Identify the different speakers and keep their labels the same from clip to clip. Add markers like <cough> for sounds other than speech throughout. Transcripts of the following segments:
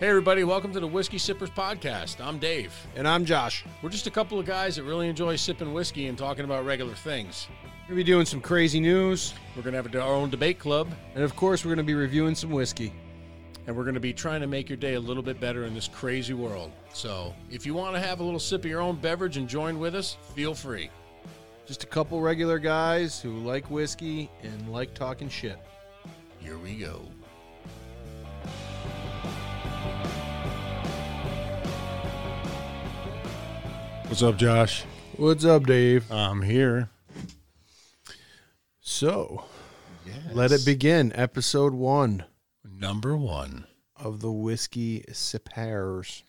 Speaker 1: Hey, everybody, welcome to the Whiskey Sippers Podcast. I'm Dave.
Speaker 2: And I'm Josh.
Speaker 1: We're just a couple of guys that really enjoy sipping whiskey and talking about regular things.
Speaker 2: We're going to be doing some crazy news.
Speaker 1: We're going to have our own debate club,
Speaker 2: And of course, we're going to be reviewing some whiskey.
Speaker 1: and we're going to be trying to make your day a little bit better in this crazy world. So, if you want to have a little sip of your own beverage and join with us, feel free.
Speaker 2: Just a couple regular guys who like whiskey and like talking shit.
Speaker 1: Here we go.
Speaker 3: What's up, Josh?
Speaker 2: What's up, Dave?
Speaker 3: I'm here.
Speaker 2: So, let it begin. Episode one
Speaker 1: Number one.
Speaker 2: of the Whiskey Sippers.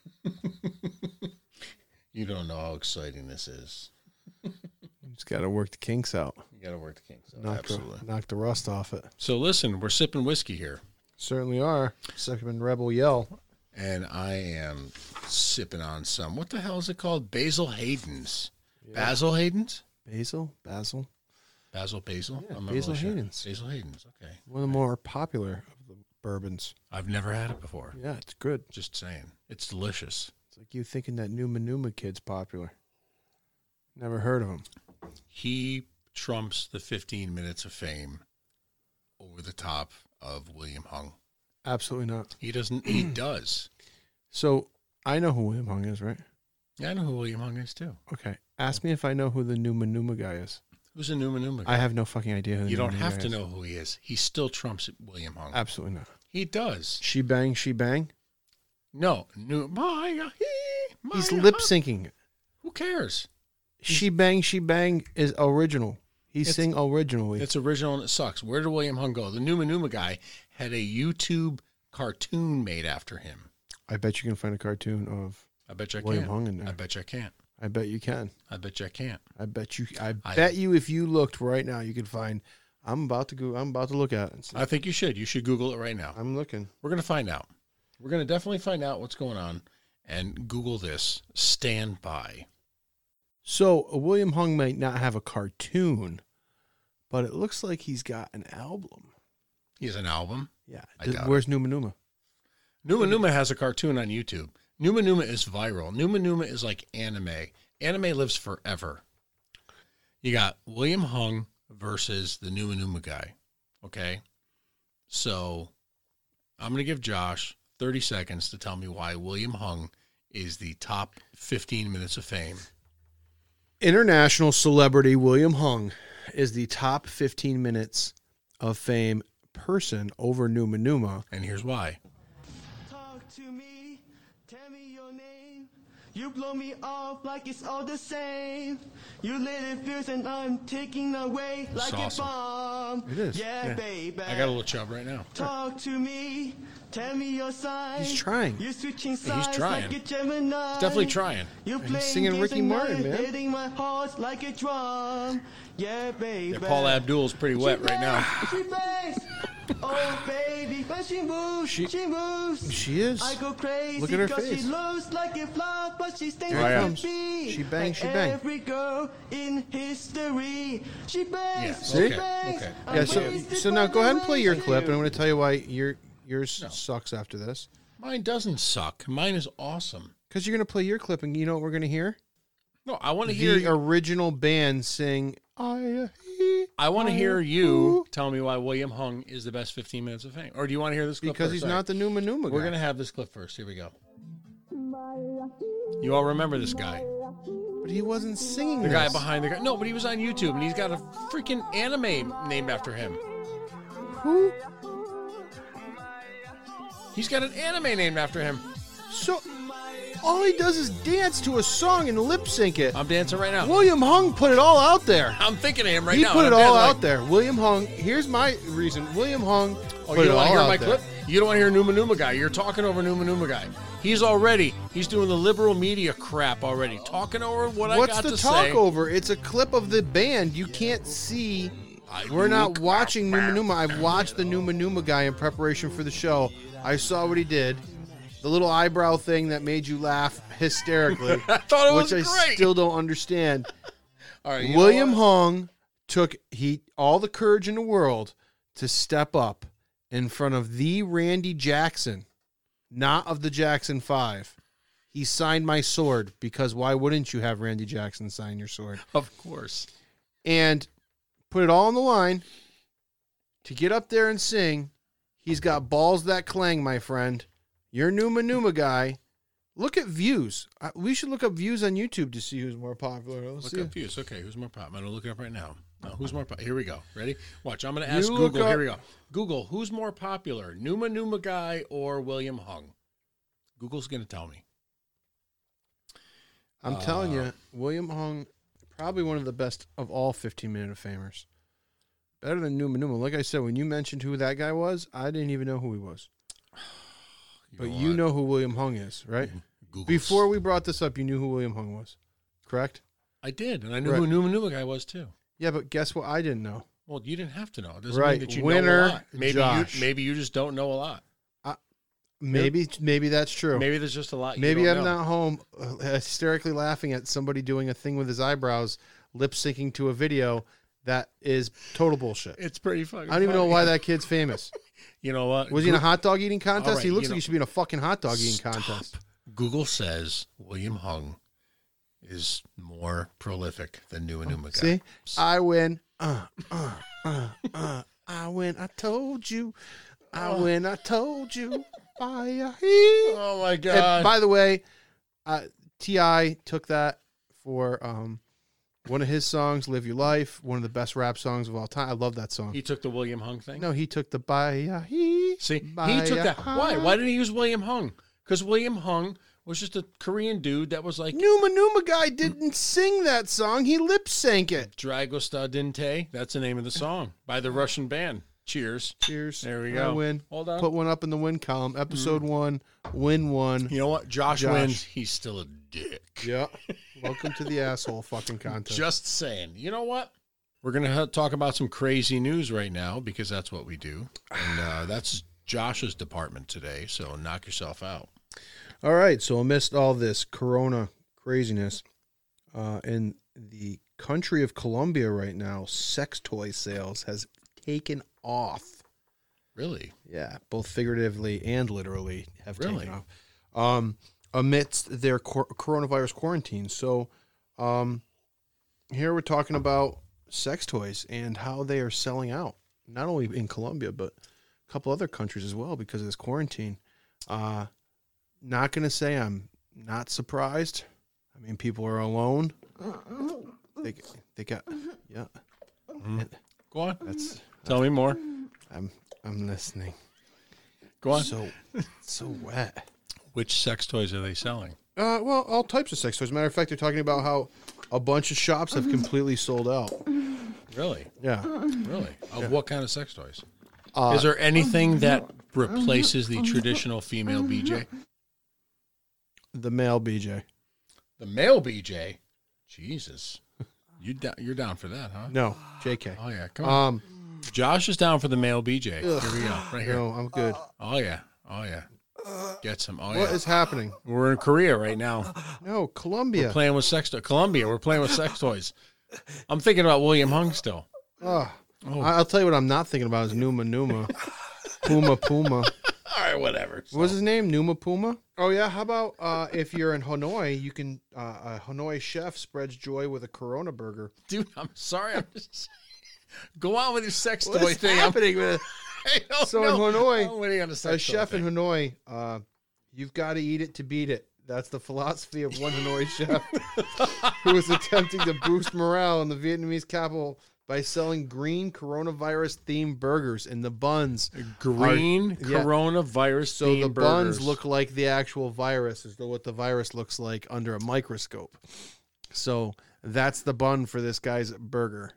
Speaker 1: You don't know how exciting this is.
Speaker 2: Just got to work the kinks out.
Speaker 1: You got to work the kinks out.
Speaker 2: Knock the, knock the rust off it.
Speaker 1: So, listen, we're sipping whiskey here,
Speaker 2: Certainly are. Second Rebel Yell.
Speaker 1: and I am sipping on some. What the hell is it called? Basil Hayden's. Basil Hayden's?
Speaker 2: Basil? Basil?
Speaker 1: Basil Basil?
Speaker 2: Yeah,
Speaker 1: I'm not
Speaker 2: Basil
Speaker 1: really sure.
Speaker 2: Hayden's.
Speaker 1: Basil Hayden's, okay.
Speaker 2: One of the more popular of the bourbons.
Speaker 1: I've never had it before.
Speaker 2: Yeah, it's good.
Speaker 1: Just saying. It's delicious.
Speaker 2: It's like you thinking that Numa Numa kid's popular. Never heard of him.
Speaker 1: He trumps the 15 minutes of fame over the top of William Hung.
Speaker 2: Absolutely not.
Speaker 1: He doesn't,
Speaker 2: <clears throat>
Speaker 1: he does.
Speaker 2: So I know who William Hung is, right?
Speaker 1: Yeah, I know who William Hung is too.
Speaker 2: Okay. Ask me if I know who the Numa Numa guy is.
Speaker 1: Who's a Numa Numa? guy?
Speaker 2: I have no fucking idea who the
Speaker 1: you
Speaker 2: Numa
Speaker 1: don't
Speaker 2: Numa
Speaker 1: have
Speaker 2: guy
Speaker 1: to
Speaker 2: is.
Speaker 1: know who he is. He still trumps William Hung.
Speaker 2: Absolutely not.
Speaker 1: he does.
Speaker 2: She bang, she bang.
Speaker 1: No, New Maya. He, Maya
Speaker 2: He's lip
Speaker 1: Hung.
Speaker 2: syncing.
Speaker 1: Who cares?
Speaker 2: She bang, she bang is original. He
Speaker 1: It's-
Speaker 2: sing originally.
Speaker 1: It's original and it sucks. Where did William Hung go? The Numa Numa guy had a YouTube cartoon made after him.
Speaker 2: I bet you can find a cartoon of.
Speaker 1: I bet you I
Speaker 2: William
Speaker 1: can't.
Speaker 2: Hung in there.
Speaker 1: I bet you I can't.
Speaker 2: I bet you can.
Speaker 1: I bet you I can't.
Speaker 2: I bet you. I
Speaker 1: I-
Speaker 2: bet you if you looked right now, you could find. I'm about to go. I'm about to look at it. And see.
Speaker 1: I think you should. You should Google it right now.
Speaker 2: I'm looking.
Speaker 1: We're gonna find out. We're gonna definitely find out what's going on. And Google this. Stand by.
Speaker 2: So uh, William Hung might not have a cartoon, but it looks like he's got an album.
Speaker 1: He has an album.
Speaker 2: Yeah.
Speaker 1: I
Speaker 2: Th-
Speaker 1: doubt it.
Speaker 2: Where's Numa Numa?
Speaker 1: Numa Numa has a cartoon on YouTube. Numa Numa is viral. Numa Numa is like anime. Anime lives forever. You got William Hung versus the Numa Numa guy. Okay. So I'm going to give Josh 30 seconds to tell me why William Hung is the top 15 minutes of fame.
Speaker 2: International celebrity William Hung is the top 15 minutes of fame person over Numa Numa.
Speaker 1: And here's why.
Speaker 4: Talk to me, tell me your name. You blow me off like it's all the same. You lit it fierce and I'm taking away like
Speaker 1: awesome.
Speaker 4: a bomb.
Speaker 2: It is,
Speaker 4: Yeah,
Speaker 2: yeah.
Speaker 4: baby.
Speaker 1: I got a little chub right now.
Speaker 4: Talk to me, tell me your sign.
Speaker 2: He's trying.
Speaker 4: You're switching sides
Speaker 1: trying.
Speaker 4: like a Gemini.
Speaker 1: He's definitely trying.
Speaker 4: You're
Speaker 2: he's
Speaker 4: playing
Speaker 2: singing
Speaker 4: games
Speaker 2: Ricky
Speaker 4: and now
Speaker 2: Martin,
Speaker 4: you're
Speaker 2: man.
Speaker 4: Hitting my heart like a drum. Yeah, baby.
Speaker 1: Yeah, Paul Abdul's pretty wet right now.
Speaker 4: She bangs. Oh, baby, when she moves, she,
Speaker 2: She-
Speaker 4: moves.
Speaker 2: She is.
Speaker 4: I go crazy
Speaker 2: Look at her
Speaker 4: 'cause
Speaker 2: face.
Speaker 4: she looks like a flower, but she stays
Speaker 2: Here
Speaker 1: it
Speaker 4: like
Speaker 1: comes.
Speaker 4: a bee.
Speaker 2: She bang,
Speaker 4: like
Speaker 2: she bang.
Speaker 4: Every girl in history. She bangs.
Speaker 1: Yeah,
Speaker 4: She
Speaker 2: okay,
Speaker 4: bangs.
Speaker 1: okay.
Speaker 4: I'm
Speaker 2: Yeah, so,
Speaker 4: wasted
Speaker 2: so now go
Speaker 4: by the
Speaker 2: ahead and play your
Speaker 4: way
Speaker 2: clip,
Speaker 4: you-
Speaker 2: and I'm going to tell you why your yours sucks after this.
Speaker 1: Mine doesn't suck. Mine is awesome.
Speaker 2: Because you're going to play your clip, and you know what we're going to hear?
Speaker 1: No, I want to hear
Speaker 2: The original band sing, I, he,
Speaker 1: I want to hear
Speaker 2: Fire.
Speaker 1: you
Speaker 2: Ooh.
Speaker 1: tell me why William Hung is the best 15 minutes of fame. Or do you want to hear this clip
Speaker 2: because
Speaker 1: first?
Speaker 2: he's
Speaker 1: Sorry.
Speaker 2: not the Numa Numa guy.
Speaker 1: We're going to have this clip first. Here we go. You all remember this guy.
Speaker 2: But he wasn't singing.
Speaker 1: The guy behind the guy. No, but he was on YouTube and he's got a freaking anime named after him.
Speaker 2: Who?
Speaker 1: He's got an anime named after him.
Speaker 2: So all he does is dance to a song and lip sync it.
Speaker 1: I'm dancing right now.
Speaker 2: William Hung put it all out there.
Speaker 1: I'm thinking of him right
Speaker 2: he
Speaker 1: now.
Speaker 2: put it
Speaker 1: and I'm
Speaker 2: all
Speaker 1: dancing
Speaker 2: out
Speaker 1: like-
Speaker 2: there. William Hung. Here's my reason. William Hung.
Speaker 1: Oh,
Speaker 2: put
Speaker 1: you
Speaker 2: it
Speaker 1: don't want
Speaker 2: all
Speaker 1: to hear
Speaker 2: out
Speaker 1: my
Speaker 2: there.
Speaker 1: clip? You don't want to hear Numa Numa guy. You're talking over Numa Numa guy. He's already, he's doing the liberal media crap already. Talking over what I
Speaker 2: What's
Speaker 1: got
Speaker 2: the
Speaker 1: to
Speaker 2: talk
Speaker 1: say.
Speaker 2: over? It's a clip of the band. You can't see.
Speaker 1: I
Speaker 2: We're not
Speaker 1: look-
Speaker 2: watching Numa Numa. I watched the Numa Numa guy in preparation for the show. I saw what he did. The little eyebrow thing that made you laugh hysterically,
Speaker 1: <laughs> I thought it was
Speaker 2: which I
Speaker 1: great.
Speaker 2: still don't understand.
Speaker 1: All right, you know
Speaker 2: William
Speaker 1: what?
Speaker 2: Hung took he all the courage in the world to step up in front of the Randy Jackson, not of the Jackson Five. He signed my sword because why wouldn't you have Randy Jackson sign your sword?
Speaker 1: Of course.
Speaker 2: and put it all on the line to get up there and sing. He's got balls that clang, my friend. You're Numa Numa guy. Look at views. I- We should look up views on YouTube to see who's more popular. Let's
Speaker 1: Look
Speaker 2: see.
Speaker 1: up views. Okay, who's more popular? I'm gonna look it up right now. Now, who's more popular? Here we go. Ready? Watch. I'm gonna ask
Speaker 2: You look
Speaker 1: Google. Here
Speaker 2: up-
Speaker 1: we go. Google, who's more popular, Numa Numa guy or William Hung? Google's gonna tell me.
Speaker 2: I'm telling you,
Speaker 1: Uh,
Speaker 2: William Hung, probably one of the best of all 15 minute of famers. Better than Numa Numa. Like I said, when you mentioned who that guy was, I didn't even know who he was. But you
Speaker 1: what?
Speaker 2: know who William Hung is,
Speaker 1: <laughs>
Speaker 2: right?
Speaker 1: Google's-
Speaker 2: Before we brought this up, you knew who William Hung was, correct?
Speaker 1: I did, and I knew
Speaker 2: Right.
Speaker 1: who Numa Numa guy was too.
Speaker 2: Yeah, but guess what I didn't know?
Speaker 1: Well, you didn't have to know. It doesn't
Speaker 2: Right.
Speaker 1: mean that you know
Speaker 2: Winner,
Speaker 1: a lot. Maybe
Speaker 2: Josh.
Speaker 1: you maybe you just don't know a lot.
Speaker 2: Maybe maybe that's true. Maybe,
Speaker 1: Maybe there's just a lot. you don't
Speaker 2: I'm
Speaker 1: know.
Speaker 2: not home uh, hysterically laughing at somebody doing a thing with his eyebrows, lip syncing to a video that is total bullshit.
Speaker 1: It's pretty fucking.
Speaker 2: I don't even know
Speaker 1: funny.
Speaker 2: why that kid's famous.
Speaker 1: You know what?
Speaker 2: Was he in a hot dog eating contest?
Speaker 1: right,
Speaker 2: he looks
Speaker 1: you
Speaker 2: like
Speaker 1: know-
Speaker 2: he should be in a fucking hot dog eating contest.
Speaker 1: Google says William Hung is more prolific than Numa Numa guy.
Speaker 2: See, I win. Uh, uh, uh, uh, I win. I told you. I
Speaker 1: Uh.
Speaker 2: win. I told you. Fire heat.
Speaker 1: Oh my
Speaker 2: And
Speaker 1: god!
Speaker 2: by the way, uh, Ti took that for um, one of his songs, "Live Your Life," one of the best rap songs of all time. I love that song.
Speaker 1: he took the William Hung thing.
Speaker 2: no, he took the "Bye uh, He."
Speaker 1: See, he took that. Why? Why did he use William Hung? Because William Hung was just a Korean dude that was like
Speaker 2: Numa Numa guy didn't sing that song. He lip synced it.
Speaker 1: Dragosta Dinte. That's the name of the song by the Russian band. Cheers.
Speaker 2: Cheers.
Speaker 1: There we
Speaker 2: I
Speaker 1: go.
Speaker 2: win.
Speaker 1: Hold on. Mm.
Speaker 2: Put one up in the win column. Episode one. Win one.
Speaker 1: <laughs> You know what? Josh,
Speaker 2: Josh.
Speaker 1: wins. He's still a dick.
Speaker 2: Yeah. Welcome to the asshole fucking contest.
Speaker 1: Just saying. You know what? We're going to talk about some crazy news right now because that's what we do. And uh, that's Josh's department today. So knock yourself out.
Speaker 2: All right, so amidst all this corona craziness, uh, in the country of Colombia right now, sex toy sales has taken off.
Speaker 1: Really?
Speaker 2: Yeah, both figuratively and literally have
Speaker 1: Really?
Speaker 2: taken off um, amidst their cor- coronavirus quarantine. So, um, here we're talking about sex toys and how they are selling out, not only in Colombia but a couple other countries as well because of this quarantine. Uh, not gonna say I'm not surprised. I mean, people are alone. They they got yeah.
Speaker 1: Go on.
Speaker 2: That's
Speaker 1: Tell me more.
Speaker 2: I'm I'm listening.
Speaker 1: Go on.
Speaker 2: So so wet.
Speaker 1: Which sex toys are they selling?
Speaker 2: Uh, well, all types of sex toys. Matter of fact, they're talking about how a bunch of shops have completely sold out.
Speaker 1: Really?
Speaker 2: Yeah,
Speaker 1: Really? Of what kind of sex toys? Is there anything that replaces the traditional female BJ?
Speaker 2: the male BJ.
Speaker 1: The male BJ? Jesus. You da- you're down for that, huh?
Speaker 2: No, JK.
Speaker 1: Oh, yeah. Come on.
Speaker 2: Um,
Speaker 1: Josh is down for the male BJ. Here we go. Right here.
Speaker 2: no, I'm good.
Speaker 1: Oh yeah. Oh yeah. Get some. Oh
Speaker 2: What
Speaker 1: yeah.
Speaker 2: is happening?
Speaker 1: We're in Korea right now.
Speaker 2: No, Colombia.
Speaker 1: Playing with sex toys. Colombia, we're playing with sex toys. I'm thinking about William Hung still.
Speaker 2: Ugh. I- I'll tell you what I'm not thinking about is Numa <laughs> Numa, Puma Puma.
Speaker 1: All right, whatever.
Speaker 2: What's his name? Numa Puma. Oh yeah. How about uh, if you're in Hanoi, you can uh, a Hanoi chef spreads joy with a Corona burger.
Speaker 1: Dude, I'm sorry. I'm just go on with your sex
Speaker 2: What
Speaker 1: toy
Speaker 2: is
Speaker 1: thing.
Speaker 2: happening
Speaker 1: I'm,
Speaker 2: with-
Speaker 1: <laughs> I don't
Speaker 2: So in
Speaker 1: know.
Speaker 2: Hanoi,
Speaker 1: I'm waiting on a sex
Speaker 2: a chef
Speaker 1: toy thing.
Speaker 2: in Hanoi, uh, you've got to eat it to beat it. That's the philosophy of one
Speaker 1: <laughs>
Speaker 2: Hanoi chef who is attempting to boost morale in the Vietnamese capital by selling green coronavirus themed burgers and the buns.
Speaker 1: green
Speaker 2: yeah.
Speaker 1: coronavirus.
Speaker 2: So the
Speaker 1: themed
Speaker 2: buns
Speaker 1: burgers.
Speaker 2: look like the actual virus is the- what the virus looks like under a microscope. So that's the bun for this guy's burger.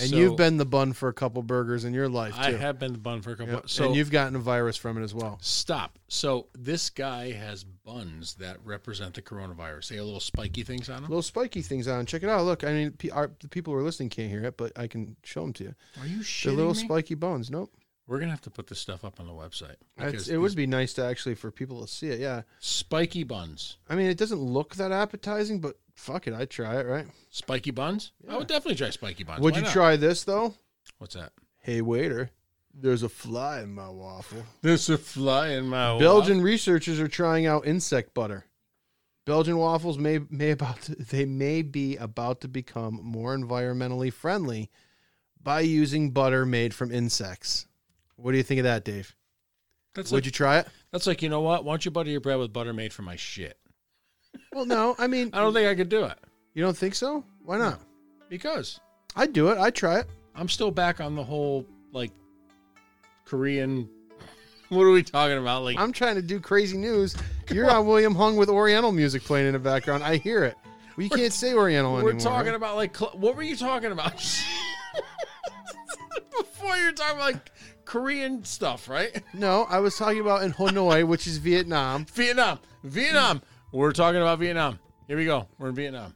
Speaker 2: And
Speaker 1: So
Speaker 2: you've been the bun for a couple burgers in your life too.
Speaker 1: I have been the bun for a couple.
Speaker 2: Yep.
Speaker 1: So
Speaker 2: and you've gotten a virus from it as well.
Speaker 1: stop. So this guy has buns that represent the coronavirus. They have little spiky things on them.
Speaker 2: little spiky things on. Check it out. Look, I mean, pe- our, the people who are listening can't hear it, but I can show them to you.
Speaker 1: Are you
Speaker 2: They're
Speaker 1: shitting
Speaker 2: little
Speaker 1: me?
Speaker 2: spiky bones. Nope.
Speaker 1: We're gonna have to put this stuff up on the website.
Speaker 2: That's,
Speaker 1: because
Speaker 2: it would
Speaker 1: these
Speaker 2: be nice to actually for people to see it. Yeah.
Speaker 1: spiky buns.
Speaker 2: I mean, it doesn't look that appetizing, but fuck it, I'd try it. Right?
Speaker 1: Spiky buns? I would definitely try spiky buns.
Speaker 2: would
Speaker 1: Why
Speaker 2: you
Speaker 1: not?
Speaker 2: try this though?
Speaker 1: What's that?
Speaker 2: Hey waiter, There's a fly in my waffle.
Speaker 1: There's a fly in my
Speaker 2: Belgian researchers are trying out insect butter. Belgian waffles may may about <laughs> to, they may be about to become more environmentally friendly by using butter made from insects. What do you think of that, Dave?
Speaker 1: That's
Speaker 2: Would
Speaker 1: like,
Speaker 2: you try it?
Speaker 1: that's like you know what? Why don't you butter your bread with butter made from my shit?
Speaker 2: Well, no. I mean, <laughs>
Speaker 1: I don't think I could do it
Speaker 2: you don't think so? Why not?
Speaker 1: because
Speaker 2: I'd do it. I'd try it.
Speaker 1: I'm still back on the whole like Korean. <laughs> What are we talking about? Like
Speaker 2: I'm trying to do
Speaker 1: <laughs>
Speaker 2: crazy news. You're on William Hung with Oriental music playing in the background. I hear it. We can't say Oriental
Speaker 1: we're
Speaker 2: anymore.
Speaker 1: talking
Speaker 2: right?
Speaker 1: about like cl- what were you talking about <laughs> before? You're talking about like Korean stuff, right?
Speaker 2: No, I was talking about in Hanoi, which is Vietnam.
Speaker 1: Vietnam, Vietnam. We're talking about Vietnam. Here we go. We're in Vietnam.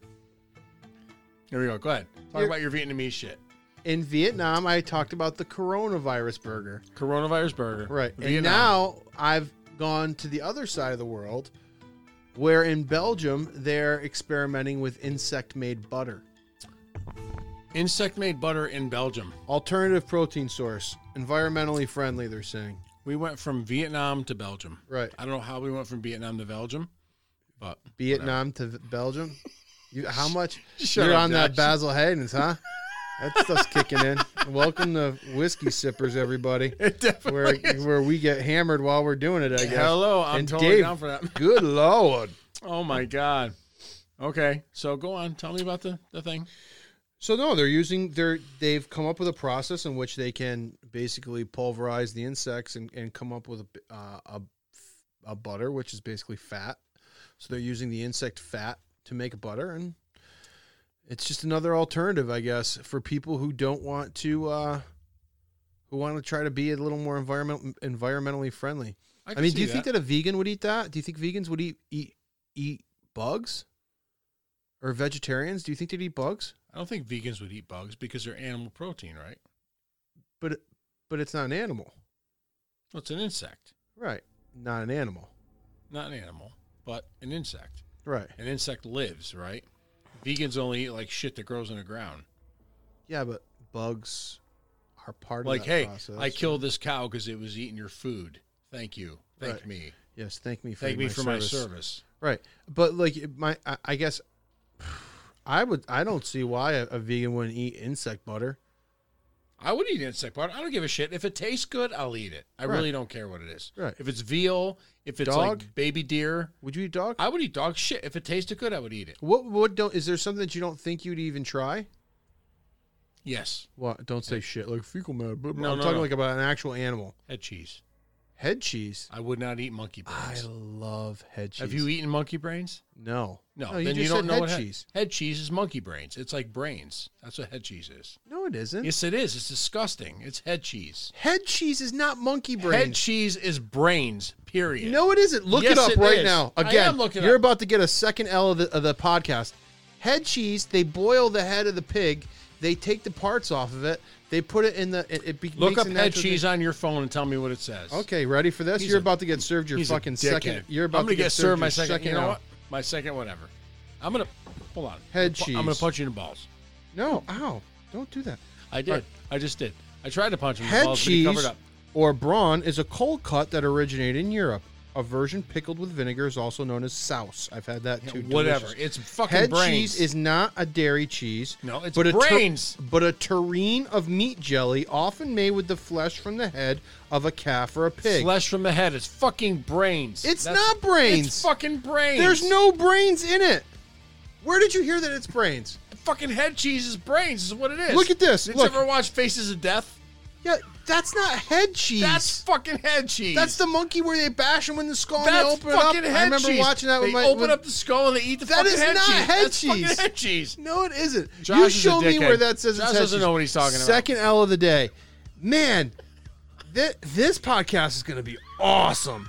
Speaker 1: Here we go. Go ahead. Talk
Speaker 2: You're-
Speaker 1: about your Vietnamese shit.
Speaker 2: In Vietnam, I talked about the coronavirus burger.
Speaker 1: Coronavirus burger.
Speaker 2: Right. And
Speaker 1: Vietnam.
Speaker 2: now I've gone to the other side of the world where in Belgium they're experimenting with insect made butter.
Speaker 1: insect made butter in Belgium.
Speaker 2: Alternative protein source, environmentally friendly, they're saying.
Speaker 1: We went from Vietnam to Belgium.
Speaker 2: Right.
Speaker 1: I don't know how we went from Vietnam to Belgium,
Speaker 2: <laughs>
Speaker 1: but
Speaker 2: Vietnam to Belgium. You, how much?
Speaker 1: <laughs> Shut
Speaker 2: You're
Speaker 1: up,
Speaker 2: on that
Speaker 1: Josh.
Speaker 2: Basil Hayden's, huh? That stuff's kicking in. Welcome to Whiskey Sippers, everybody.
Speaker 1: <laughs> it
Speaker 2: Where
Speaker 1: definitely.
Speaker 2: where we get hammered while we're doing it, I guess.
Speaker 1: Hello, I'm
Speaker 2: And
Speaker 1: totally
Speaker 2: Dave-
Speaker 1: down for that. <laughs>
Speaker 2: Good lord.
Speaker 1: Oh my god. Okay, so go on. Tell me about the the thing.
Speaker 2: So no, they're using they're they've come up with a process in which they can basically pulverize the insects and, and come up with a, b- uh, a f- a butter, which is basically fat. So they're using the insect fat to make a butter, and it's just another alternative, I guess, for people who don't want to uh, who want to try to be a little more environment environmentally friendly. I,
Speaker 1: can
Speaker 2: mean,
Speaker 1: see
Speaker 2: do you think that a vegan would eat that? Do you think vegans would eat eat eat bugs? Or vegetarians? Do you think they'd eat bugs?
Speaker 1: I don't think vegans would eat bugs because they're animal protein, right?
Speaker 2: but but it's not an animal,
Speaker 1: Well, it's an insect,
Speaker 2: right? Not an animal,
Speaker 1: not an animal, but an insect.
Speaker 2: right?
Speaker 1: An insect lives, right? Vegans only eat like shit that grows in the ground.
Speaker 2: Yeah, but bugs are part
Speaker 1: Like,
Speaker 2: of that
Speaker 1: hey,
Speaker 2: process.
Speaker 1: I killed this cow because it was eating your food. Thank you. Thank
Speaker 2: Right.
Speaker 1: me.
Speaker 2: Yes, thank me for
Speaker 1: Thank
Speaker 2: my
Speaker 1: me for
Speaker 2: service.
Speaker 1: my service.
Speaker 2: Right, but like my, I, I guess, <sighs> I would. I don't see why a, a vegan wouldn't eat insect butter.
Speaker 1: I would eat insect butter. I don't give a shit. If it tastes good, I'll eat it. I
Speaker 2: Right.
Speaker 1: really don't care what it is.
Speaker 2: Right.
Speaker 1: If it's veal, if it's
Speaker 2: Dog?
Speaker 1: like baby deer,
Speaker 2: Would you eat dog?
Speaker 1: I would eat dog shit. If it tasted good, I would eat it.
Speaker 2: what what don't is there something that you don't think you'd even try?
Speaker 1: Yes.
Speaker 2: What don't say shit like fecal matter. But
Speaker 1: No,
Speaker 2: I'm
Speaker 1: no,
Speaker 2: talking
Speaker 1: no.
Speaker 2: like about an actual animal.
Speaker 1: Head cheese.
Speaker 2: Head cheese.
Speaker 1: I would not eat monkey
Speaker 2: I
Speaker 1: brains.
Speaker 2: love head cheese.
Speaker 1: Have you eaten monkey brains?
Speaker 2: No.
Speaker 1: No.
Speaker 2: you
Speaker 1: then
Speaker 2: just
Speaker 1: you don't
Speaker 2: said
Speaker 1: know
Speaker 2: head
Speaker 1: what head-
Speaker 2: cheese.
Speaker 1: Head cheese is monkey brains. It's like brains. That's what head cheese is.
Speaker 2: No, it isn't.
Speaker 1: Yes, it is. It's disgusting. It's head cheese.
Speaker 2: Head cheese is not monkey
Speaker 1: Head
Speaker 2: brains.
Speaker 1: cheese is brains. Period.
Speaker 2: no, it isn't. Look
Speaker 1: Yes,
Speaker 2: it up
Speaker 1: it
Speaker 2: right
Speaker 1: is.
Speaker 2: now.
Speaker 1: I
Speaker 2: Again,
Speaker 1: am looking
Speaker 2: you're
Speaker 1: up.
Speaker 2: about to get a second L of the, of the podcast. Head cheese. They boil the head of the pig. They take the parts off of it. They put it in the. It, it be,
Speaker 1: Look
Speaker 2: makes
Speaker 1: up
Speaker 2: a
Speaker 1: head
Speaker 2: natural-
Speaker 1: cheese on your phone and tell me what it says.
Speaker 2: Okay, ready for this?
Speaker 1: He's
Speaker 2: you're
Speaker 1: a-
Speaker 2: about to get served your
Speaker 1: He's a
Speaker 2: fucking
Speaker 1: dickhead.
Speaker 2: second. You're about
Speaker 1: I'm gonna
Speaker 2: to
Speaker 1: get,
Speaker 2: served
Speaker 1: served my
Speaker 2: your
Speaker 1: second. you know
Speaker 2: L.
Speaker 1: what? My second whatever. I'm gonna hold on.
Speaker 2: Head
Speaker 1: I'm gonna
Speaker 2: cheese.
Speaker 1: punch you in the balls.
Speaker 2: No, ow! Don't do that.
Speaker 1: I did. I just did. I tried to punch him in the
Speaker 2: Head
Speaker 1: balls, but he covered
Speaker 2: cheese
Speaker 1: up.
Speaker 2: or brawn is a cold cut that originated in Europe. A version pickled with vinegar is also known as souse. I've had that too.
Speaker 1: Whatever. It's
Speaker 2: Delicious.
Speaker 1: fucking
Speaker 2: Head
Speaker 1: brains.
Speaker 2: cheese is not a dairy cheese.
Speaker 1: No, it's
Speaker 2: a tur-
Speaker 1: brains.
Speaker 2: but a tureen of meat jelly, often made with the flesh from the head of a calf or a pig.
Speaker 1: flesh from the head. It's fucking brains.
Speaker 2: It's not brains.
Speaker 1: It's fucking brains.
Speaker 2: There's no brains in it. Where did you hear that it's brains?
Speaker 1: fucking head cheese is brains. Is what it is.
Speaker 2: Look at this.
Speaker 1: Did
Speaker 2: Look.
Speaker 1: you ever watch Faces of Death?
Speaker 2: Yeah, that's not head cheese.
Speaker 1: That's fucking head cheese.
Speaker 2: That's the monkey where they bash him in the skull and they
Speaker 1: That's
Speaker 2: open it up.
Speaker 1: fucking head
Speaker 2: I remember
Speaker 1: cheese.
Speaker 2: watching that
Speaker 1: They
Speaker 2: with my
Speaker 1: open
Speaker 2: with-
Speaker 1: up the skull and they eat the
Speaker 2: That
Speaker 1: fucking
Speaker 2: is
Speaker 1: head
Speaker 2: not
Speaker 1: cheese.
Speaker 2: head
Speaker 1: That's fucking
Speaker 2: cheese.
Speaker 1: head cheese.
Speaker 2: No, it isn't.
Speaker 1: Josh
Speaker 2: you
Speaker 1: is a
Speaker 2: show me
Speaker 1: dickhead.
Speaker 2: where that says.
Speaker 1: Josh
Speaker 2: it's
Speaker 1: doesn't know what he's talking about.
Speaker 2: Second L of the day, man. Th- this podcast is going to be
Speaker 1: <laughs>
Speaker 2: awesome.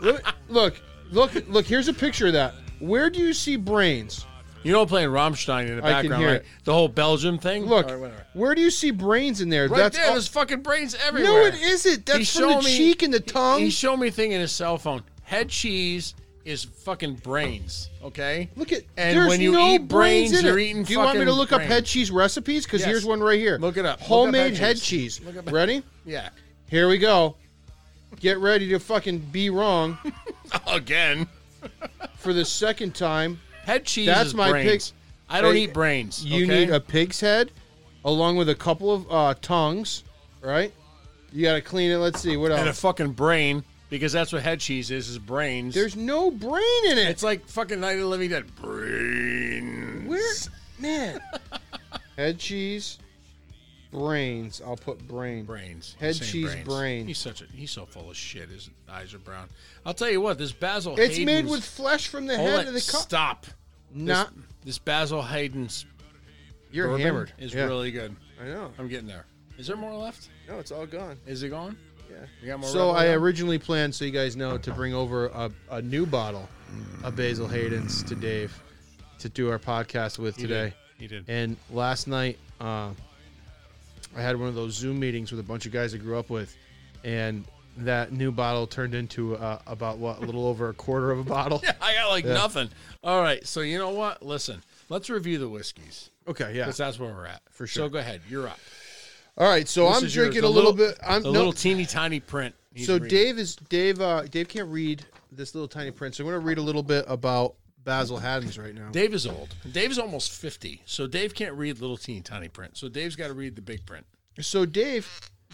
Speaker 2: Let me- look, look, look. Here's a picture of that. Where do you see brains?
Speaker 1: You know, playing Rammstein in the
Speaker 2: I can
Speaker 1: background,
Speaker 2: hear
Speaker 1: right?
Speaker 2: it.
Speaker 1: The whole Belgium thing.
Speaker 2: Look,
Speaker 1: All right, whatever.
Speaker 2: where do you see brains in there?
Speaker 1: right
Speaker 2: That's
Speaker 1: there.
Speaker 2: all-
Speaker 1: There's fucking brains everywhere.
Speaker 2: no, it isn't. That's
Speaker 1: He
Speaker 2: from the
Speaker 1: showed me-
Speaker 2: cheek and the tongue.
Speaker 1: He showed me a thing in his cell phone. Head cheese, is fucking brains. Okay.
Speaker 2: Look at
Speaker 1: And
Speaker 2: there's
Speaker 1: when you
Speaker 2: no
Speaker 1: eat brains,
Speaker 2: in
Speaker 1: you're
Speaker 2: it.
Speaker 1: eating
Speaker 2: Do you want me to
Speaker 1: fucking
Speaker 2: look up head
Speaker 1: brains.
Speaker 2: cheese recipes? Because
Speaker 1: Yes.
Speaker 2: here's one right here.
Speaker 1: Look it up. Look up
Speaker 2: Homemade
Speaker 1: head
Speaker 2: head
Speaker 1: cheese.
Speaker 2: cheese.
Speaker 1: Look up-
Speaker 2: Ready?
Speaker 1: Yeah. <laughs>
Speaker 2: Here we go. Get ready to fucking be wrong
Speaker 1: Again.
Speaker 2: for the second time.
Speaker 1: Head cheese.
Speaker 2: That's
Speaker 1: is
Speaker 2: my
Speaker 1: brains.
Speaker 2: pick.
Speaker 1: I don't
Speaker 2: Hey,
Speaker 1: eat brains.
Speaker 2: You
Speaker 1: okay?
Speaker 2: need a pig's head along with a couple of uh, tongues, right? You got to clean it. Let's see what
Speaker 1: and a
Speaker 2: else.
Speaker 1: fucking brain because that's what head cheese is. Is brains.
Speaker 2: There's no brain in it.
Speaker 1: It's like fucking Night of the Living Dead. Brains.
Speaker 2: Where, man? head cheese, brains. I'll put brain.
Speaker 1: Brains.
Speaker 2: Head
Speaker 1: Same
Speaker 2: cheese
Speaker 1: brains.
Speaker 2: brain.
Speaker 1: He's such a he's so full of shit. His eyes are brown. I'll tell you what, this Basil
Speaker 2: It's made
Speaker 1: Hayden's-
Speaker 2: with flesh from the
Speaker 1: Hold
Speaker 2: head
Speaker 1: it,
Speaker 2: of the cup.
Speaker 1: stop.
Speaker 2: Not
Speaker 1: This Basil Hayden's
Speaker 2: you're
Speaker 1: bourbon
Speaker 2: hammered.
Speaker 1: is
Speaker 2: Yeah.
Speaker 1: really good.
Speaker 2: I know.
Speaker 1: I'm getting there. Is there more left?
Speaker 2: No, it's all gone.
Speaker 1: Is it gone?
Speaker 2: Yeah.
Speaker 1: You got more
Speaker 2: So
Speaker 1: Rebel
Speaker 2: I
Speaker 1: <laughs> Yell?
Speaker 2: originally planned, so you guys know, to bring over a, a new bottle of Basil Hayden's to Dave to do our podcast with
Speaker 1: You
Speaker 2: today.
Speaker 1: did. You did.
Speaker 2: And last night, uh, I had one of those Zoom meetings with a bunch of guys I grew up with, and that new bottle turned into uh, about what a little over a quarter of a bottle.
Speaker 1: <laughs> I got like nothing. All right. So you know what? Listen, let's review the whiskeys.
Speaker 2: Okay, yeah.
Speaker 1: Because that's where we're at. For
Speaker 2: sure.
Speaker 1: So go ahead. You're up.
Speaker 2: All right, so
Speaker 1: This
Speaker 2: I'm
Speaker 1: is yours.
Speaker 2: drinking
Speaker 1: The
Speaker 2: a little, bit. I'm
Speaker 1: the
Speaker 2: no,
Speaker 1: little teeny tiny print. He's
Speaker 2: so
Speaker 1: reading.
Speaker 2: Dave is Dave. Uh, Dave can't read this little tiny print, so I'm going to read a little bit about Basil Haddon's right now.
Speaker 1: Dave is old. Dave's almost fifty, so Dave can't read little teeny tiny print. So Dave's got to read the big print.
Speaker 2: So Dave,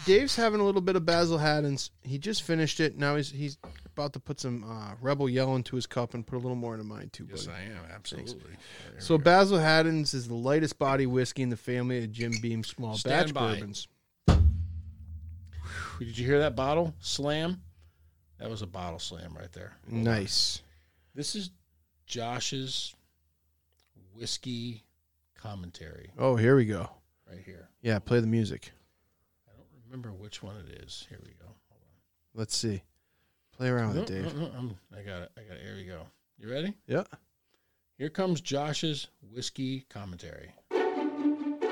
Speaker 2: Dave's having a little bit of Basil Haddon's. He just finished it. Now he's he's about to put some uh, Rebel Yell into his cup and put a little more into mine too. buddy.
Speaker 1: I am absolutely.
Speaker 2: So Basil Haddon's is the lightest body whiskey in the family of Jim Beam small
Speaker 1: Stand
Speaker 2: batch
Speaker 1: by.
Speaker 2: bourbons.
Speaker 1: Did you hear that bottle slam? That was a bottle slam right there.
Speaker 2: Nice.
Speaker 1: This is Josh's whiskey commentary
Speaker 2: Oh, here we go.
Speaker 1: right here.
Speaker 2: Yeah, play the music.
Speaker 1: I don't remember which one it is. Here we go. Oh,
Speaker 2: Let's see. Play around
Speaker 1: No,
Speaker 2: with it, Dave.
Speaker 1: no, no, I'm- um, I got it. I got it. Here we go. You ready?
Speaker 2: Yeah.
Speaker 1: Here comes Josh's whiskey commentary.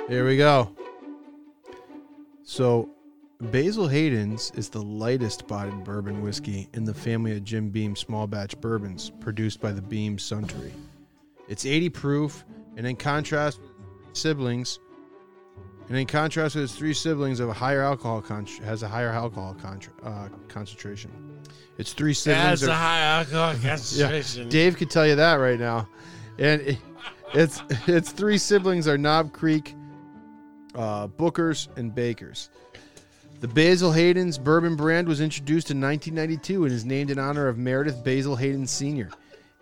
Speaker 2: Here we go. So, Basil Hayden's is the lightest bodied bourbon whiskey in the family of Jim Beam small batch bourbons produced by the Beam Suntory. It's 80 proof, and in contrast with siblings, and in contrast with its three siblings, of a higher alcohol con- has a higher alcohol con- uh, concentration. Its three siblings are
Speaker 1: high alcohol
Speaker 2: <laughs> yeah, Dave could tell you that right now. And it- it's its three siblings are Knob Creek, uh, Bookers, and Bakers. The Basil Hayden's bourbon brand was introduced in 1992 and is named in honor of Meredith Basil Hayden Sr.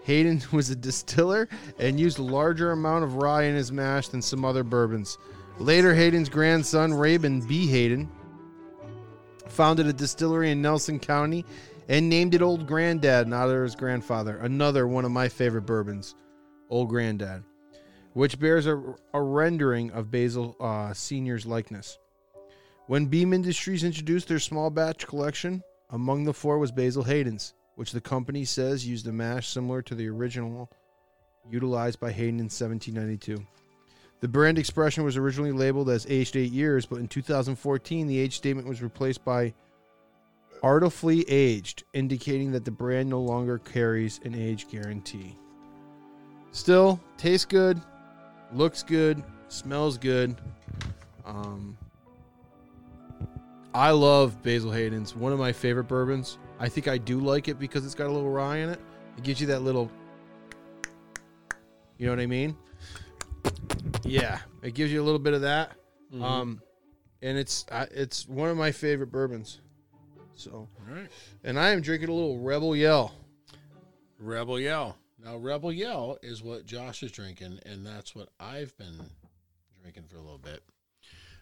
Speaker 2: Hayden <laughs> was a distiller and used a larger amount of rye in his mash than some other bourbons. Later, Hayden's grandson, Rabin B. Hayden, founded a distillery in Nelson County and named it Old Granddad in honor of his grandfather. Another one of my favorite bourbons, Old Granddad, which bears a, a rendering of Basil uh, Sr.'s likeness. When Beam Industries introduced their small batch collection, among the four was Basil Hayden's, which the company says used a mash similar to the original utilized by Hayden in 1792. The brand expression was originally labeled as aged eight years, but in 2014, the age statement was replaced by artfully aged, indicating that the brand no longer carries an age guarantee. Still, tastes good, looks good, smells good. Um, I love Basil Hayden's, one of my favorite bourbons. I think I do like it because it's got a little rye in it. It gives you that little, you know what I mean? Yeah, it gives you a little bit of that.
Speaker 1: Mm-hmm.
Speaker 2: Um, and it's I, it's one of my favorite bourbons. So,
Speaker 1: All right.
Speaker 2: and I am drinking a little Rebel Yell.
Speaker 1: Rebel Yell. Now, Rebel Yell is what Josh is drinking, and that's what I've been drinking for a little bit.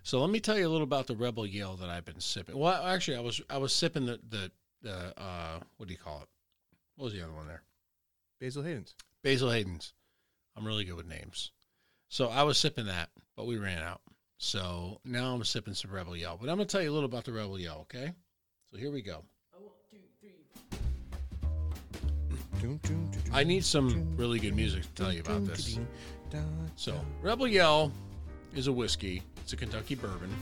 Speaker 1: So let me tell you a little about the Rebel Yell that I've been sipping. Well, actually, I was I was sipping the the, the uh, what do you call it? What was the other one there?
Speaker 2: Basil Hayden's.
Speaker 1: Basil Hayden's. I'm really good with names. So I was sipping that, but we ran out. So now I'm sipping some Rebel Yell. But I'm going to tell you a little about the Rebel Yell, okay? So here we go. I need some really good music to tell you about this. So, Rebel Yell is a whiskey. It's a Kentucky bourbon.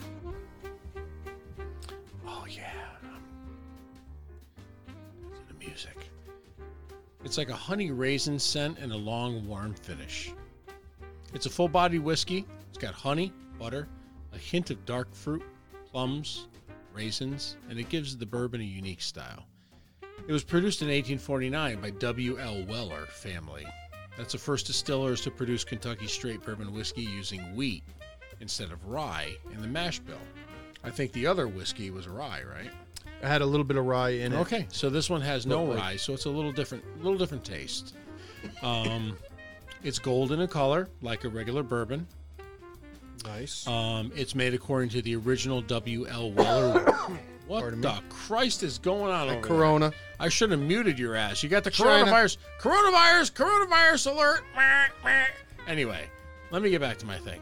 Speaker 1: Oh yeah, to the music. It's like a honey raisin scent and a long, warm finish. It's a full bodied whiskey. It's got honey, butter, a hint of dark fruit, plums, raisins, and it gives the bourbon a unique style. It was produced in 1849 by W.L. Weller family. That's the first distillers to produce Kentucky straight bourbon whiskey using wheat instead of rye in the mash bill. I think the other whiskey was rye, right?
Speaker 2: I had a little bit of rye in it.
Speaker 1: Okay, so this one has no
Speaker 2: But, like-
Speaker 1: rye, so it's a little different, little different taste. Um, <laughs> it's golden in color, like a regular bourbon.
Speaker 2: Nice.
Speaker 1: Um, it's made according to the original W.L.
Speaker 2: <coughs>
Speaker 1: Weller. what
Speaker 2: Pardon me.
Speaker 1: the Christ is going on over there?
Speaker 2: Corona.
Speaker 1: I should have muted your ass. You got the
Speaker 2: China.
Speaker 1: coronavirus. Coronavirus. Coronavirus alert. Meh, meh. Anyway, let me get back to my thing.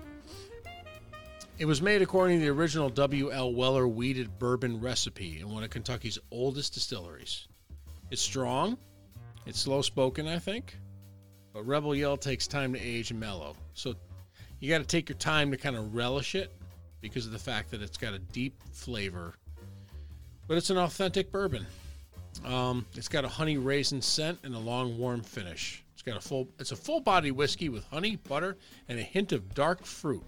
Speaker 1: It was made according to the original W.L. Weller weeded bourbon recipe in one of Kentucky's oldest distilleries. It's strong. It's slow spoken, I think. But Rebel Yell takes time to age and mellow. So you got to take your time to kind of relish it because of the fact that it's got a deep flavor. But it's an authentic bourbon. Um, it's got a honey raisin scent and a long warm finish. It's got a full it's a full body whiskey with honey, butter, and a hint of dark fruit.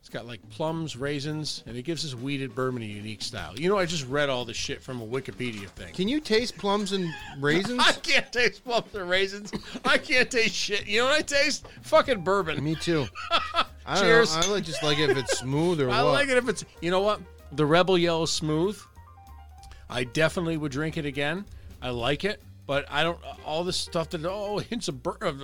Speaker 1: It's got like plums, raisins, and it gives this weeded bourbon a unique style. You know, I just read all this shit from a Wikipedia thing.
Speaker 2: Can you taste plums and raisins?
Speaker 1: <laughs> I can't taste plums and raisins. I can't taste shit. You know what I taste? Fucking bourbon.
Speaker 2: Me too. I don't
Speaker 1: Cheers.
Speaker 2: know. I like just like if it's smooth
Speaker 1: <laughs>
Speaker 2: or
Speaker 1: I
Speaker 2: what.
Speaker 1: like it if it's. You know what? The Rebel Yell is smooth. I definitely would drink it again. I like it, but I don't. All this stuff that oh <laughs> hints of, bur- of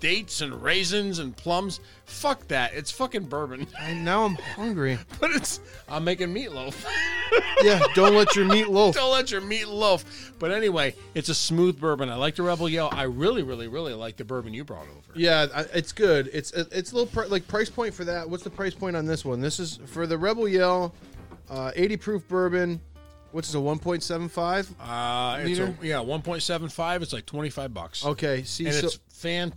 Speaker 1: dates and raisins and plums. Fuck that. It's fucking bourbon, <laughs>
Speaker 2: And now I'm hungry.
Speaker 1: but it's. I'm making meatloaf. <laughs>
Speaker 2: Yeah, don't let your meat loaf.
Speaker 1: Don't let your meat loaf. But anyway, it's a smooth bourbon. I like the Rebel Yell. I really, really, really like the bourbon you brought over.
Speaker 2: Yeah, I- it's good. It's it's a little pri- like price point for that. What's the price point on this one? This is for the Rebel Yell, uh, 80 proof bourbon. What's this, a 1.75?
Speaker 1: Uh, it's a,
Speaker 2: Liter?
Speaker 1: yeah, 1.75. It's like 25 bucks.
Speaker 2: Okay, see,
Speaker 1: And
Speaker 2: so,
Speaker 1: it's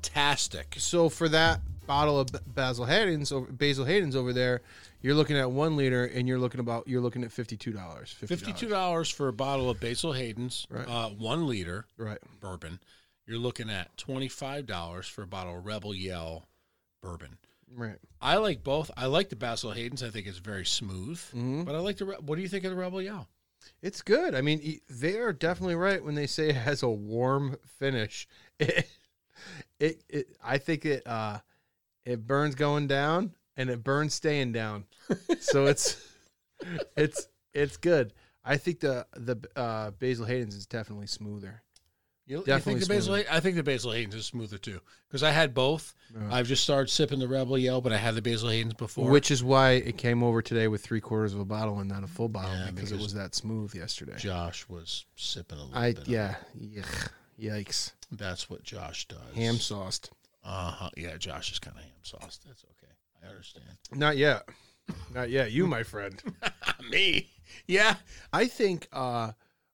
Speaker 1: fantastic.
Speaker 2: so for that bottle of B- Basil Hayden's over Basil Hayden's over there, you're looking at one liter, and you're looking about you're looking at fifty two dollars.
Speaker 1: Fifty-two dollars for a bottle of Basil Hayden's,
Speaker 2: Right.
Speaker 1: uh, one liter
Speaker 2: Right.
Speaker 1: bourbon. You're looking at twenty-five dollars for a bottle of Rebel Yell bourbon.
Speaker 2: Right.
Speaker 1: I like both. I like the Basil Hayden's. I think it's very smooth.
Speaker 2: Mm-hmm.
Speaker 1: But I like the. Re- What do you think of the Rebel Yell?
Speaker 2: It's good. I mean, e- they are definitely right when they say it has a warm finish. <laughs> It, it, it I think it, uh, it burns going down and it burns staying down. so
Speaker 1: <laughs>
Speaker 2: it's, it's, it's good. I think the the uh, Basil Hayden's is definitely smoother.
Speaker 1: You, you
Speaker 2: Definitely
Speaker 1: think the Basil.
Speaker 2: smoother.
Speaker 1: Hay- I think the Basil Hayden's is smoother too because I had both. I've just started sipping the Rebel Yell, but I had the Basil Hayden's before.
Speaker 2: Which is why it came over today with three quarters of a bottle and not a full bottle
Speaker 1: Yeah,
Speaker 2: because, it
Speaker 1: because-
Speaker 2: was that smooth yesterday.
Speaker 1: Josh was sipping a little
Speaker 2: I
Speaker 1: bit. of.
Speaker 2: yeah, yuck, yikes,
Speaker 1: That's what Josh does.
Speaker 2: ham sauced.
Speaker 1: Uh huh. Yeah, Josh is kind of ham sauce. That's okay. I understand.
Speaker 2: Not yet, not yet. You, my friend.
Speaker 1: Me? Yeah.
Speaker 2: I think uh,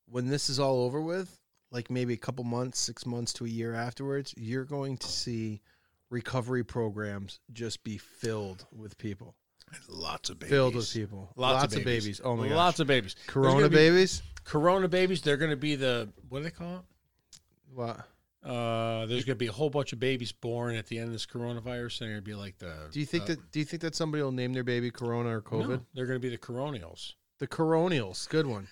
Speaker 2: when this is all over with, like maybe a couple months, six months to a year afterwards, you're going to see recovery programs just be filled with people,
Speaker 1: Lots of babies.
Speaker 2: filled with people,
Speaker 1: Lots, of,
Speaker 2: babies.
Speaker 1: babies.
Speaker 2: Oh my gosh,
Speaker 1: Lots of babies. There's
Speaker 2: Corona
Speaker 1: gonna be-
Speaker 2: babies.
Speaker 1: Corona babies. They're going to be the what do they call
Speaker 2: What?
Speaker 1: it? Uh, there's going to be a whole bunch of babies born at the end of this coronavirus, and they're going to be like the.
Speaker 2: Do you think
Speaker 1: uh,
Speaker 2: that? Do you think that somebody will name their baby Corona or
Speaker 1: no,
Speaker 2: COVID?
Speaker 1: they're going to be the coronials.
Speaker 2: The Coronials, good
Speaker 1: <laughs>
Speaker 2: one,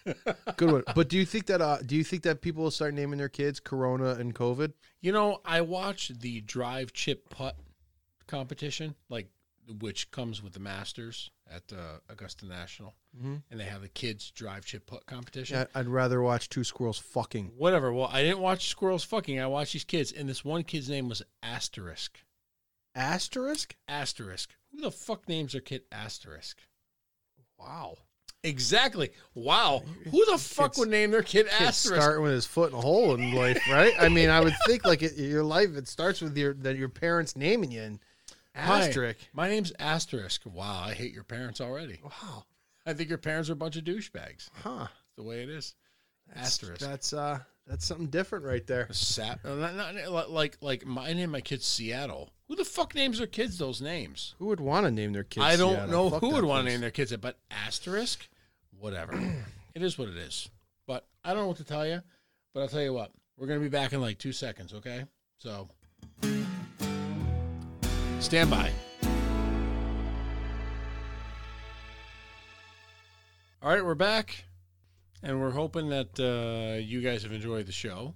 Speaker 2: good one. But do you think that? Uh, do you think that people will start naming their kids Corona and COVID?
Speaker 1: You know, I watched the drive chip putt competition, like which comes with the Masters at uh, Augusta National,
Speaker 2: Mm-hmm.
Speaker 1: and they have the kids drive chip putt competition.
Speaker 2: Yeah, I'd rather watch two squirrels fucking.
Speaker 1: Whatever. Well, I didn't watch squirrels fucking. I watched these kids, and this one kid's name was Asterisk.
Speaker 2: Asterisk.
Speaker 1: Asterisk. Who the fuck names their kid Asterisk?
Speaker 2: Wow.
Speaker 1: Exactly. Wow. Who the fuck would name their kid
Speaker 2: It's
Speaker 1: Asterisk?
Speaker 2: starting with his foot in a hole in life, right? I mean, I would think like it, your life it starts with your that your parents naming you. And
Speaker 1: Hi,
Speaker 2: asterisk.
Speaker 1: My name's Asterisk. Wow. I hate your parents already.
Speaker 2: Wow.
Speaker 1: I think your parents are a bunch of douchebags.
Speaker 2: Huh.
Speaker 1: The way it is.
Speaker 2: That's-
Speaker 1: Asterisk.
Speaker 2: That's uh that's something different right there.
Speaker 1: Sap. uh, Not, not- like- like like my name my kid Seattle. Who the fuck names their kids those names?
Speaker 2: Who would want to name their kids?
Speaker 1: I don't
Speaker 2: Seattle?
Speaker 1: know
Speaker 2: Fuck
Speaker 1: who
Speaker 2: that
Speaker 1: would want to
Speaker 2: place.
Speaker 1: name their kids it, but asterisk,
Speaker 2: <clears throat>
Speaker 1: whatever. it is what it is. But I don't know what to tell you. But I'll tell you what, We're going to be back in like two seconds, okay? So stand by. All right, we're back. And we're hoping that uh, you guys have enjoyed the show.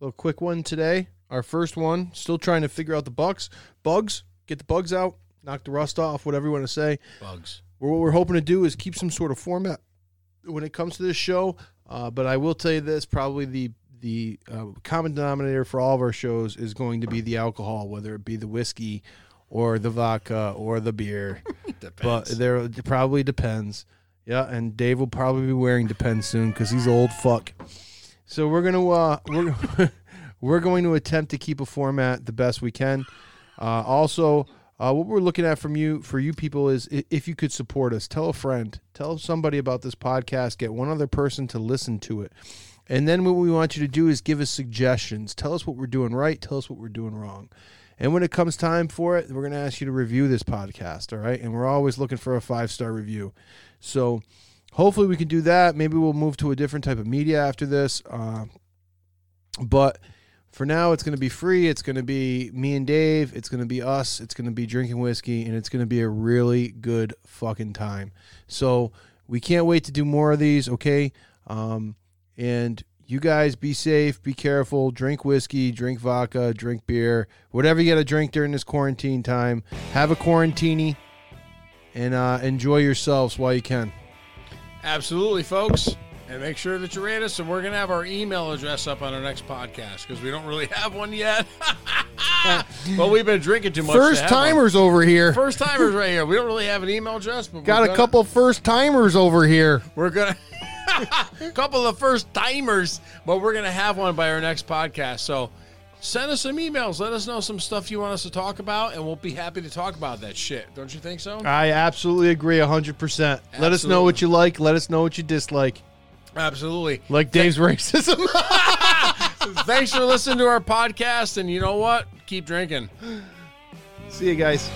Speaker 2: little quick one today. Our first one, still trying to figure out the bugs. Bugs, get the bugs out, knock the rust off, whatever you want to say.
Speaker 1: Bugs.
Speaker 2: Well, what we're hoping to do is keep some sort of format when it comes to this show. Uh, but I will tell you this: probably the the uh, common denominator for all of our shows is going to be the alcohol, whether it be the whiskey or the vodka or the beer. but there it probably depends. Yeah, and Dave will probably be wearing depends soon because he's old fuck. So we're gonna uh, we're <laughs> we're going to attempt to keep a format the best we can. Uh, also, uh, what we're looking at from you for you people is i- if you could support us, tell a friend, tell somebody about this podcast, get one other person to listen to it, and then what we want you to do is give us suggestions. Tell us what we're doing right. Tell us what we're doing wrong. And when it comes time for it, we're going to ask you to review this podcast. All right. And we're always looking for a five star review. So hopefully we can do that. Maybe we'll move to a different type of media after this. Uh, but for now, it's going to be free. It's going to be me and Dave. It's going to be us. It's going to be drinking whiskey. And it's going to be a really good fucking time. So we can't wait to do more of these. Okay. Um, and you guys be safe, be careful, drink whiskey, drink vodka, drink beer, whatever you got to drink during this quarantine time. Have a quarantini and uh, enjoy yourselves while you can.
Speaker 1: Absolutely, folks. And make sure that you rate us. And we're going to have our email address up on our next podcast because we don't really <laughs> have one yet. but we've been drinking too much. to
Speaker 2: First
Speaker 1: have one.
Speaker 2: timers over here.
Speaker 1: First timers right here. We don't really have an email address, but
Speaker 2: Got
Speaker 1: we're
Speaker 2: a
Speaker 1: gonna-
Speaker 2: couple first timers over here.
Speaker 1: We're gonna <laughs> couple of first timers, but we're gonna have one by our next podcast. So send us some emails. Let us know some stuff you want us to talk about, and we'll be happy to talk about that shit. Don't you think so?
Speaker 2: I absolutely agree 100%. Let us know what you like. Let us know what you dislike.
Speaker 1: Absolutely.
Speaker 2: Like Dave's <laughs> racism.
Speaker 1: Thanks for listening to our podcast, and you know what? Keep drinking.
Speaker 2: See you guys.